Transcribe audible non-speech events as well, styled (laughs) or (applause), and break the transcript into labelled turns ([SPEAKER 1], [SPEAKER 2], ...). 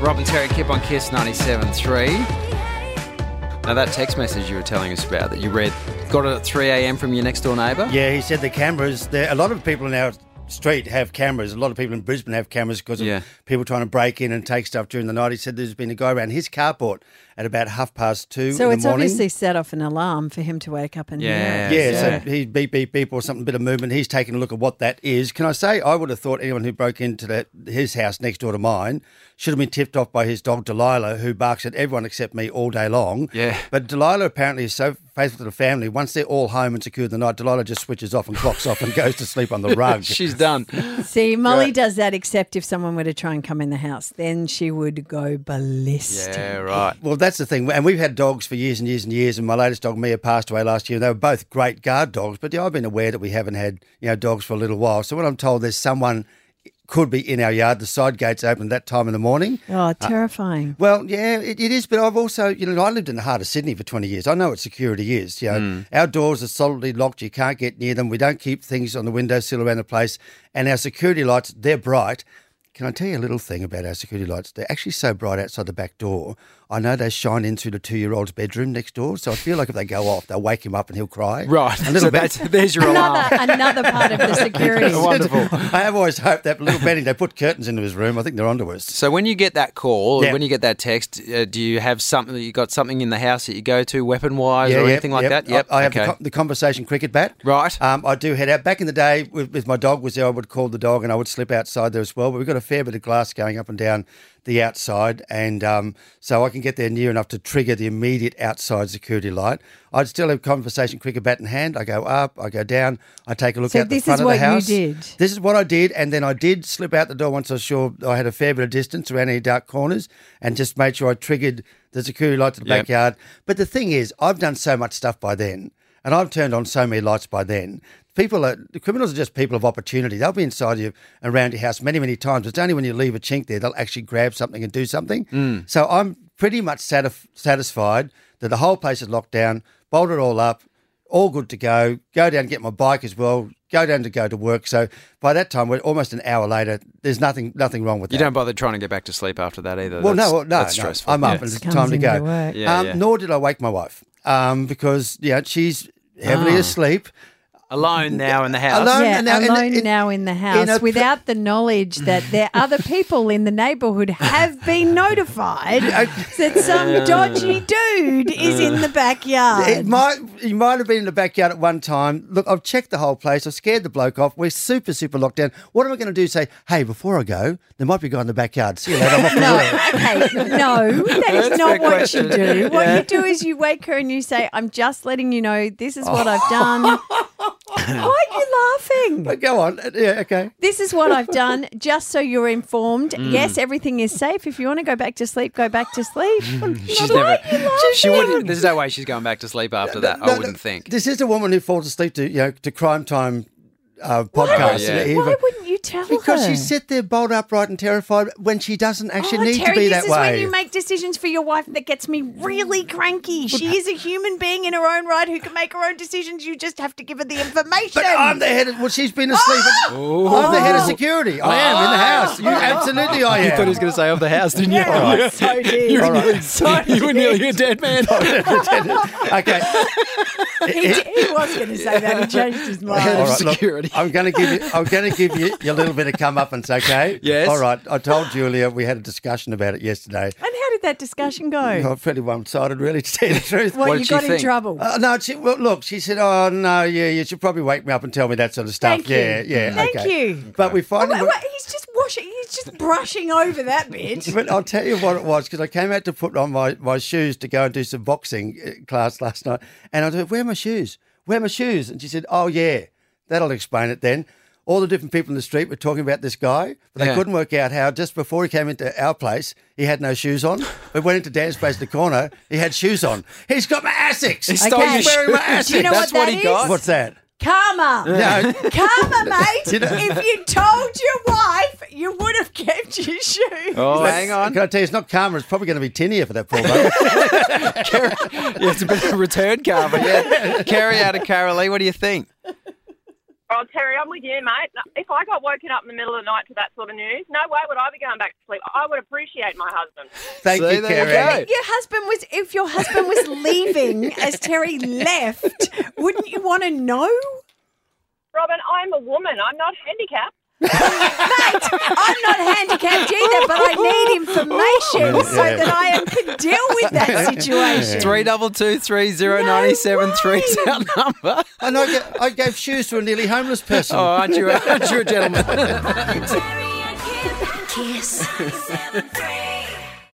[SPEAKER 1] Rob and Terry Kip on Kiss 97.3. Now, that text message you were telling us about that you read, got it at 3 a.m. from your next door neighbour?
[SPEAKER 2] Yeah, he said the cameras. There, a lot of people in our street have cameras. A lot of people in Brisbane have cameras because of
[SPEAKER 1] Yeah.
[SPEAKER 2] people trying to break in and take stuff during the night. He said there's been a guy around his carport at about half past two
[SPEAKER 3] So
[SPEAKER 2] in the
[SPEAKER 3] it's
[SPEAKER 2] morning.
[SPEAKER 3] obviously set off an alarm for him to wake up and
[SPEAKER 1] Yeah.
[SPEAKER 3] hear.
[SPEAKER 2] yeah,
[SPEAKER 1] Yeah.
[SPEAKER 2] so he beep beep beep or something, bit of movement. He's taking a look at what that is. Can I say I would have thought anyone who broke into that his house next door to mine should have been tipped off by his dog Delilah, who barks at everyone except me all day long.
[SPEAKER 1] Yeah.
[SPEAKER 2] But Delilah apparently is so faithful to the family. Once they're all home and secure the night, Delilah just switches off and clocks off and goes to sleep on the
[SPEAKER 1] (laughs)
[SPEAKER 2] rug.
[SPEAKER 1] She's
[SPEAKER 2] (laughs)
[SPEAKER 1] done.
[SPEAKER 3] (laughs) See, Molly does that except if someone were to try and come in the house, then she would go ballistic.
[SPEAKER 1] yeah, right.
[SPEAKER 2] Well, that's the thing. And we've had dogs for years and years and years. And my latest dog, Mia, passed away last year. They were both great guard dogs. But yeah, I've been aware that we haven't had you know dogs for a little while. So when I'm told there's someone could be in our yard, the side gates open at that time in the morning.
[SPEAKER 3] Oh, terrifying.
[SPEAKER 2] Well, yeah, it, it is. But I've also, you know, I lived in the heart of Sydney for 20 years. I know what security is. You know,
[SPEAKER 1] Hmm.
[SPEAKER 2] our doors are solidly locked. You can't get near them. We don't keep things on the windowsill around the place. And our security lights, they're bright. Can I tell you a little thing about our security lights? They're actually so bright outside the back door. I know they shine in through the two year old's bedroom next door. So I feel like if they go off, they'll wake him up and he'll cry.
[SPEAKER 1] Right.
[SPEAKER 2] A little
[SPEAKER 1] (laughs) So
[SPEAKER 2] bit.
[SPEAKER 1] that's, there's
[SPEAKER 2] Uh, oh,
[SPEAKER 1] your alarm.
[SPEAKER 3] another, another part
[SPEAKER 2] (laughs)
[SPEAKER 3] of the security.
[SPEAKER 1] Wonderful.
[SPEAKER 2] I have always hoped that little Benny, they put curtains into his room. I think they're onto us.
[SPEAKER 1] So when you get that call, or
[SPEAKER 2] Yeah.
[SPEAKER 1] when you get that text, uh, do you have something that you got something in the house that you go to weapon wise or
[SPEAKER 2] yep,
[SPEAKER 1] anything like that? Yep.
[SPEAKER 2] I, I have
[SPEAKER 1] okay.
[SPEAKER 2] the, co- the conversation cricket bat.
[SPEAKER 1] Right.
[SPEAKER 2] Um, I do head out. Back in the day, with, with my dog was there, I would call the dog and I would slip outside there as well. But we've got a fair bit of glass going up and down the outside, and um, so I can get there near enough to trigger the immediate outside security light. I'd still have conversation cricket bat in hand. I go up, I go down, I take a look
[SPEAKER 3] So
[SPEAKER 2] out the
[SPEAKER 3] this is
[SPEAKER 2] front of
[SPEAKER 3] what
[SPEAKER 2] the
[SPEAKER 3] you
[SPEAKER 2] house.
[SPEAKER 3] did.
[SPEAKER 2] This is what I did, and then I did slip out the door once I was sure I had a fair bit of distance around any dark corners, and just made sure I triggered the security light to the
[SPEAKER 1] Yep.
[SPEAKER 2] backyard. But the thing is, I've done so much stuff by then, and I've turned on so many lights by then. People are the criminals are just people of opportunity. They'll be inside you around your house many, many times. It's only when you leave a chink there they'll actually grab something and do something. So I'm pretty much satisf- satisfied that the whole place is locked down, bolt it all up, all good to go. Go down and get my bike as well. Go down to go to work. So by that time, we're almost an hour later. There's nothing nothing wrong with
[SPEAKER 1] you
[SPEAKER 2] that.
[SPEAKER 1] don't bother trying to get back to sleep after that either.
[SPEAKER 2] well,
[SPEAKER 1] That's-
[SPEAKER 2] no, well, no,
[SPEAKER 1] That's
[SPEAKER 2] no.
[SPEAKER 1] stressful.
[SPEAKER 2] I'm up
[SPEAKER 1] Yeah.
[SPEAKER 2] and it's
[SPEAKER 3] Comes
[SPEAKER 2] time to
[SPEAKER 3] into
[SPEAKER 2] go.
[SPEAKER 3] work.
[SPEAKER 1] Yeah,
[SPEAKER 2] um,
[SPEAKER 1] yeah.
[SPEAKER 2] Nor did I wake my wife um, because you know she's heavily
[SPEAKER 1] Ah.
[SPEAKER 2] asleep.
[SPEAKER 1] Alone now in the house.
[SPEAKER 2] Alone.
[SPEAKER 3] yeah,
[SPEAKER 2] now- and
[SPEAKER 3] alone
[SPEAKER 2] it-
[SPEAKER 3] now in the house
[SPEAKER 2] a pr-
[SPEAKER 3] without the knowledge that there other people in the neighbourhood have
[SPEAKER 2] (laughs)
[SPEAKER 3] been notified that some dodgy dude is in the backyard.
[SPEAKER 2] It might he might have been in the backyard at one time. Look, I've checked the whole place. I've scared the bloke off. We're super super locked down. What am I going to do? Say, hey, before I go, there might be a guy in the backyard. See you
[SPEAKER 3] (laughs)
[SPEAKER 2] later. I'm off to (laughs) work."
[SPEAKER 3] no, okay, no, that
[SPEAKER 1] That's
[SPEAKER 3] is not
[SPEAKER 1] the
[SPEAKER 3] what you
[SPEAKER 1] question.
[SPEAKER 3] do. What you do is you wake her and you say, "I'm just letting you know this is what I've done."
[SPEAKER 2] (laughs)
[SPEAKER 3] Why are you laughing?
[SPEAKER 2] But go on. (laughs) Yeah, okay.
[SPEAKER 3] This is what I've done, just so you're informed.
[SPEAKER 2] Mm.
[SPEAKER 3] Yes, everything is safe. If you want to go back to sleep, go back to sleep.
[SPEAKER 2] Mm.
[SPEAKER 1] She's
[SPEAKER 3] Why
[SPEAKER 1] never.
[SPEAKER 3] are you laughing?
[SPEAKER 1] She wouldn't. There's no way she's going back to sleep after that.
[SPEAKER 2] No,
[SPEAKER 1] I
[SPEAKER 2] no,
[SPEAKER 1] wouldn't think.
[SPEAKER 2] This is a woman who falls asleep to you know to crime time uh, podcast.
[SPEAKER 1] yeah.
[SPEAKER 2] and even-
[SPEAKER 3] Why wouldn't you tell
[SPEAKER 2] because
[SPEAKER 3] her?
[SPEAKER 2] she sit there bolt upright and terrified when she doesn't actually
[SPEAKER 3] Oh,
[SPEAKER 2] need
[SPEAKER 3] Terry,
[SPEAKER 2] to be
[SPEAKER 3] this
[SPEAKER 2] that
[SPEAKER 3] is
[SPEAKER 2] way.
[SPEAKER 3] when you make decisions for your wife that gets me really cranky. She is a human being in her own right who can make her own decisions. You just have to give her the information.
[SPEAKER 2] but I'm the head of, well, she's been asleep. I'm the head of security. I am in
[SPEAKER 1] Ah!
[SPEAKER 2] the house. Oh. You
[SPEAKER 1] (laughs)
[SPEAKER 2] absolutely I am.
[SPEAKER 1] going to say of the house, didn't you?
[SPEAKER 3] Yeah, so
[SPEAKER 1] (laughs)
[SPEAKER 3] did.
[SPEAKER 1] You, were
[SPEAKER 3] (laughs)
[SPEAKER 1] nearly, (laughs) you were nearly a dead man.
[SPEAKER 2] (laughs) okay.
[SPEAKER 3] He, he was going to say that. He changed
[SPEAKER 1] (laughs)
[SPEAKER 3] his mind.
[SPEAKER 2] All right, look,
[SPEAKER 1] security.
[SPEAKER 2] I'm going to give you. I'm going to give you, you a little bit of comeuppance, okay?
[SPEAKER 1] Yes.
[SPEAKER 2] All right. I told Julia we had a discussion about it yesterday.
[SPEAKER 3] And how did that discussion go?
[SPEAKER 2] I'm pretty one-sided, really, to tell you the truth.
[SPEAKER 3] Well,
[SPEAKER 1] What
[SPEAKER 3] you
[SPEAKER 1] did you
[SPEAKER 3] got in
[SPEAKER 1] think?
[SPEAKER 3] trouble.
[SPEAKER 2] Uh, no, she, well, look, she said, "Oh no, yeah, you should probably wake me up and tell me that sort of stuff."
[SPEAKER 3] Thank
[SPEAKER 2] yeah,
[SPEAKER 3] you.
[SPEAKER 2] yeah,
[SPEAKER 3] Thank
[SPEAKER 2] okay.
[SPEAKER 3] you.
[SPEAKER 2] But we
[SPEAKER 3] Oh,
[SPEAKER 2] finally.
[SPEAKER 3] wait, wait, he's just washing. He's just brushing over that bit.
[SPEAKER 1] (laughs)
[SPEAKER 2] But I'll tell you what it was because I came out to put on my, my shoes to go and do some boxing uh, class last night, and I said, "Where are my shoes? Where are my shoes?" And she said, "Oh yeah, that'll explain it then." All the different people in the street were talking about this guy, but they
[SPEAKER 1] Yeah.
[SPEAKER 2] couldn't work out how. Just before he came into our place, he had no shoes on. But went into dance space in the corner, he had shoes on. He's got my Asics. He's
[SPEAKER 3] stole your
[SPEAKER 2] wearing my Asics.
[SPEAKER 1] shoes.
[SPEAKER 3] Do you know
[SPEAKER 1] That's
[SPEAKER 3] what
[SPEAKER 1] what
[SPEAKER 3] that
[SPEAKER 1] he
[SPEAKER 3] is?
[SPEAKER 1] got?
[SPEAKER 2] What's that?
[SPEAKER 3] Karma.
[SPEAKER 2] (laughs) No.
[SPEAKER 1] (laughs)
[SPEAKER 3] (laughs) Karma, mate.
[SPEAKER 2] You know-
[SPEAKER 3] if you told your wife, you would have kept your shoes.
[SPEAKER 1] (laughs) Oh,
[SPEAKER 2] But
[SPEAKER 1] hang on.
[SPEAKER 2] Can I tell you, it's not karma. It's probably going to be tin here for that
[SPEAKER 1] (laughs)
[SPEAKER 2] poor bloke.
[SPEAKER 1] (laughs) Yeah, it's a bit of a return cover. Yeah. Carry out of Carolee. What do you think?
[SPEAKER 4] Oh, Terry, I'm with you, mate. If I got woken up in the middle of the night to that sort of news, no way would I be going back to sleep. I would appreciate my husband.
[SPEAKER 2] Thank
[SPEAKER 1] See,
[SPEAKER 2] you,
[SPEAKER 1] there
[SPEAKER 2] Kerry.
[SPEAKER 1] you go.
[SPEAKER 3] Your husband was, if your husband was leaving as Terry left, wouldn't you want to know?
[SPEAKER 4] Robin, I'm a woman. I'm not handicapped.
[SPEAKER 3] I'm not handicapped either, but I need information so
[SPEAKER 2] Yeah.
[SPEAKER 3] that I am- can deal with that situation.
[SPEAKER 1] Three double two three zero ninety seven three is our number.
[SPEAKER 2] And I gave, I gave shoes to a nearly homeless person.
[SPEAKER 1] Oh, aren't you, aren't you a gentleman?
[SPEAKER 5] Kiss.